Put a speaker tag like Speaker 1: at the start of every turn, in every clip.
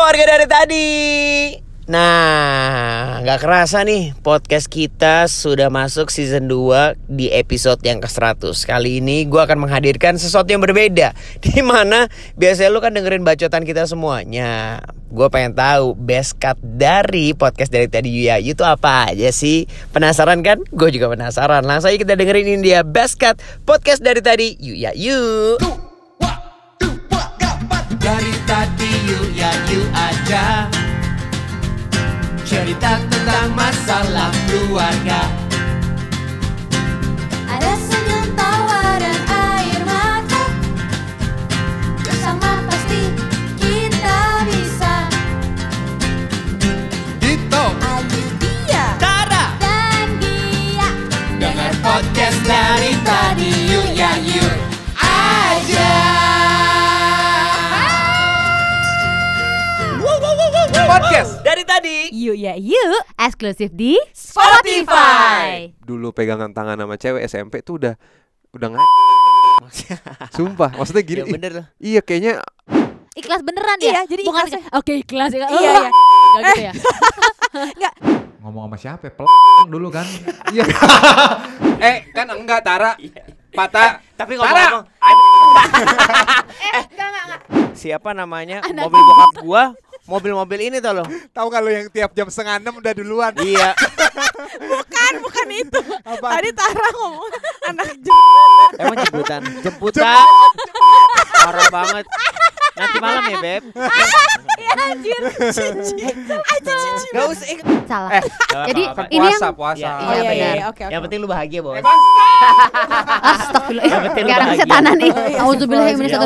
Speaker 1: warga dari tadi. Nah, nggak kerasa nih podcast kita sudah masuk season 2 di episode yang ke-100. Kali ini gue akan menghadirkan sesuatu yang berbeda. Di mana biasanya lu kan dengerin bacotan kita semuanya. Gue pengen tahu best cut dari podcast dari tadi Yuya itu apa aja sih? Penasaran kan? Gue juga penasaran. Langsung aja kita dengerin ini dia best cut podcast dari tadi Yuya Yu.
Speaker 2: Dari tadi yuk ya yuk aja Cerita tentang masalah keluarga
Speaker 3: Ada senyum tawa dan air mata Bersama pasti kita bisa
Speaker 2: Dito
Speaker 3: Ayu dia
Speaker 2: Tara
Speaker 3: dan dia
Speaker 2: Dengar podcast dari tadi yuk ya yuk aja
Speaker 4: podcast
Speaker 1: Dari tadi
Speaker 5: Yuk ya yuk Eksklusif di
Speaker 1: Spotify.
Speaker 4: dulu pegangan tangan sama cewek SMP tuh udah udah nggak sumpah maksudnya gini
Speaker 1: Ya
Speaker 4: ih,
Speaker 1: bener lah.
Speaker 4: iya kayaknya
Speaker 5: Ikhlas beneran
Speaker 6: Iya,
Speaker 5: ya?
Speaker 6: jadi
Speaker 5: Bukan
Speaker 6: ikhlas
Speaker 5: kayak, Oke ikhlas ikhlas.
Speaker 6: Iya, iya.
Speaker 5: Gak gitu ya
Speaker 7: ngomong sama siapa pel dulu kan iya
Speaker 4: eh kan enggak Tara patah
Speaker 1: Tapi
Speaker 4: Tara!
Speaker 1: ngomong-ngomong Siapa namanya Mobil bokap gua Mobil-mobil ini tolong
Speaker 7: tahu kalau yang tiap jam setengah enam udah duluan
Speaker 1: Iya
Speaker 6: Bukan, bukan itu. Tadi Tara ngomong anak
Speaker 1: Emang jemputan Jemputan Parah banget Nanti malam ya Beb
Speaker 5: Iya anjir
Speaker 1: Gak usah eh,
Speaker 5: Salah
Speaker 4: Eh,
Speaker 5: Jadi ini
Speaker 4: puasa
Speaker 5: yang
Speaker 4: puasa
Speaker 1: Iya,
Speaker 6: iya,
Speaker 1: benar.
Speaker 6: iya, oke, oke.
Speaker 1: Yang penting lu bahagia bos
Speaker 5: Astagfirullah
Speaker 1: Yang penting lu
Speaker 5: Gak ada
Speaker 1: bahagia.
Speaker 5: kesetanan Iya, nih Auzubillah yang Iya,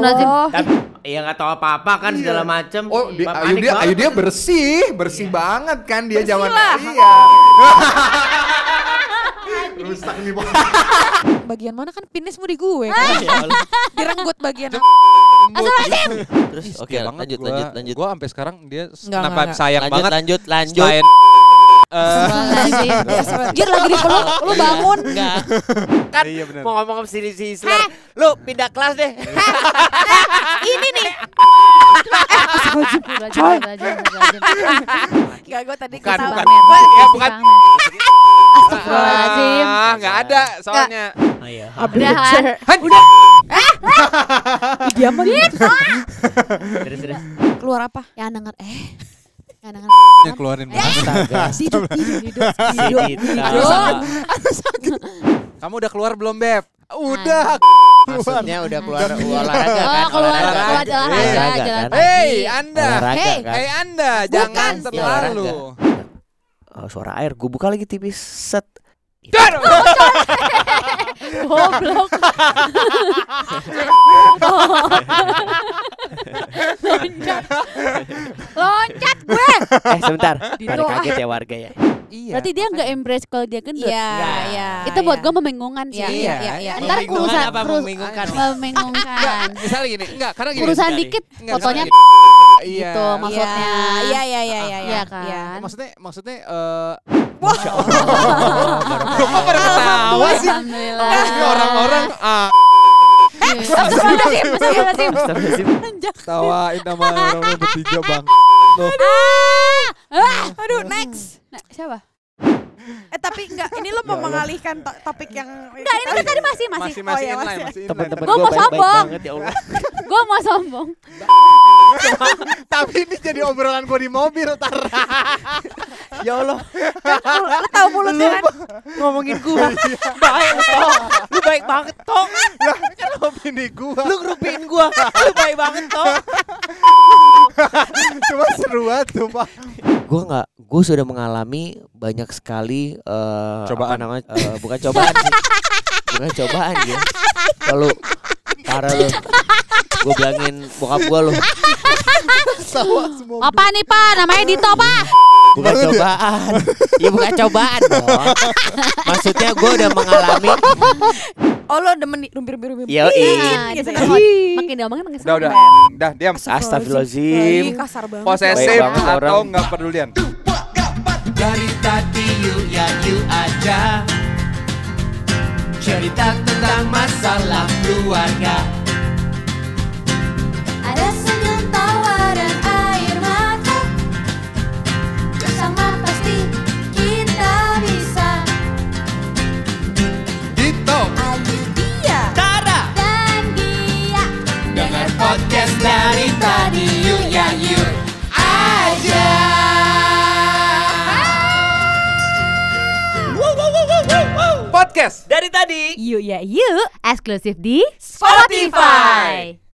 Speaker 1: Tapi Ya gak tau apa-apa kan segala macem
Speaker 7: oh di,
Speaker 1: Panik
Speaker 7: ayu dia
Speaker 1: banget.
Speaker 7: ayu dia bersih bersih banget kan dia zaman
Speaker 6: lah.
Speaker 7: iya rusak nih Bang.
Speaker 6: Bagian mana kan penismu di gue.
Speaker 1: Ya Allah.
Speaker 6: Direnggut bagian.
Speaker 1: Terus
Speaker 8: Oke, lanjut, lanjut, lanjut.
Speaker 4: Gue sampai sekarang dia s-
Speaker 6: Enggak,
Speaker 4: kenapa
Speaker 6: enggak,
Speaker 4: sayang
Speaker 8: lanjut,
Speaker 4: banget
Speaker 8: lanjut, lanjut.
Speaker 4: selain eh,
Speaker 5: Iya,
Speaker 6: Anjir lagi dipeluk, lu bangun.
Speaker 8: Enggak.
Speaker 1: Kan
Speaker 7: Iya, benar.
Speaker 1: mau ngomong ke sini sini Lu pindah kelas deh
Speaker 6: Iya,
Speaker 5: Ini nih
Speaker 6: Enggak, gue tadi
Speaker 4: bukan
Speaker 6: ketawa.
Speaker 4: bukan
Speaker 5: Pamer.
Speaker 4: ya bukan
Speaker 5: Astagfirullahaladzim
Speaker 4: ah nggak ada soalnya
Speaker 1: Ayo
Speaker 5: Udah kan
Speaker 4: udah
Speaker 6: Ih, Diam aja.
Speaker 1: Terus terus
Speaker 6: Keluar apa? Ya,
Speaker 5: Yang denger Eh Yang denger
Speaker 4: keluarin
Speaker 6: Hidup, hidup, hidup, hidup.
Speaker 1: Sidita.
Speaker 6: Aduh, sakit.
Speaker 4: kamu udah keluar belum beb
Speaker 5: Udah,
Speaker 1: Maksudnya udah keluar
Speaker 5: Jangan.
Speaker 1: olahraga kan
Speaker 5: Oh keluar
Speaker 1: olahraga.
Speaker 5: Keluar
Speaker 1: Iya.
Speaker 5: jalan raya,
Speaker 8: Olahraga, kan?
Speaker 5: Jalan
Speaker 4: Hei
Speaker 5: pagi.
Speaker 4: anda
Speaker 8: Olahraga
Speaker 5: Hey.
Speaker 8: kan.
Speaker 1: Eh,
Speaker 4: Hei anda jangan
Speaker 5: Iya,
Speaker 4: terlalu
Speaker 1: Oh, suara air gue buka lagi tipis set kan?
Speaker 5: Goblok. Loncat. Loncat gue. Gitu.
Speaker 1: eh sebentar
Speaker 5: Dito.
Speaker 1: pada kaget ya warga ya
Speaker 4: Iya
Speaker 5: Berarti dia nggak embrace kalau dia gendut.
Speaker 6: Iya,
Speaker 1: Enggak.
Speaker 6: iya.
Speaker 5: Itu buat
Speaker 6: iya.
Speaker 5: gue membingungkan sih.
Speaker 6: Iya, iya, iya, iya.
Speaker 5: ya? Ntar Iya.
Speaker 1: Membingungkan
Speaker 5: kurusan
Speaker 1: apa
Speaker 5: kurus-
Speaker 1: membingungkan?
Speaker 5: membingungkan.
Speaker 4: misalnya gini enggak karena gini
Speaker 5: Kurusan
Speaker 1: Dari-
Speaker 5: dikit
Speaker 4: Enggak,
Speaker 5: fotonya
Speaker 4: misalnya gini. iya
Speaker 5: gitu maksudnya.
Speaker 6: Iya, iya, iya, iya,
Speaker 5: Iya kan.
Speaker 4: maksudnya maksudnya eh
Speaker 6: Wah.
Speaker 4: Loh, kok pada ketawa sih
Speaker 5: Alhamdulillah.
Speaker 4: Ini orang-orang ah
Speaker 6: Astagfirullahaladzim, astagfirullahaladzim.
Speaker 1: Astagfirullahaladzim.
Speaker 4: tawain sama orang bertiga bang
Speaker 5: Ah,
Speaker 6: Aduh, next.
Speaker 5: nah, siapa?
Speaker 6: Eh tapi enggak, ini lo mau mengalihkan to- topik yang
Speaker 5: Enggak, ini kan tadi masih masih.
Speaker 4: masih
Speaker 6: Oh,
Speaker 4: masih
Speaker 6: iya,
Speaker 4: inline
Speaker 6: masih.
Speaker 4: masih inline
Speaker 1: teman-teman
Speaker 5: Gua
Speaker 1: gue
Speaker 5: mau
Speaker 1: baik-baik
Speaker 5: sombong.
Speaker 1: banget ya Allah
Speaker 5: Gue mau sombong.
Speaker 7: tapi ini jadi obrolan gua di mobil tar
Speaker 1: ya Allah
Speaker 6: lo tahu mulutnya kan?
Speaker 1: ngomongin gue baik lu, Tong. lu baik banget tong
Speaker 7: opini gua
Speaker 1: lu ngerupiin gue lu baik banget tong
Speaker 7: cuma seru banget tuh pak
Speaker 8: Gue nggak, gue sudah mengalami banyak sekali eh, apa
Speaker 4: Cobaan.
Speaker 8: namanya? Eh, bukan cobaan sih. Bukan cobaan ya. Kalau parah lu. Gue bilangin bokap gue lu.
Speaker 7: Sawa semua
Speaker 5: Apa nih, Pak? Namanya Dito, Pak.
Speaker 8: Bukan cobaan. Ya bukan cobaan dong. Maksudnya gue udah mengalami
Speaker 6: Oh lo demen di rumpir rumpir rumpir.
Speaker 1: Yoi.
Speaker 5: Nah,
Speaker 6: Gitu.
Speaker 5: dimakan. makin diomongin makin
Speaker 4: udah
Speaker 5: seneng.
Speaker 4: udah udah diam
Speaker 1: astagfirullahaladzim
Speaker 6: Ih, kasar banget.
Speaker 4: posesif
Speaker 1: Baik banget
Speaker 4: atau
Speaker 1: orang.
Speaker 4: nggak pedulian
Speaker 2: Dari tadi yuk ya yuk aja Cerita tentang masalah keluarga
Speaker 3: Ada senyum tawa dan air mata
Speaker 1: Ya
Speaker 7: Podcast.
Speaker 1: Dari tadi
Speaker 5: Yuk ya yuk, eksklusif di Spotify.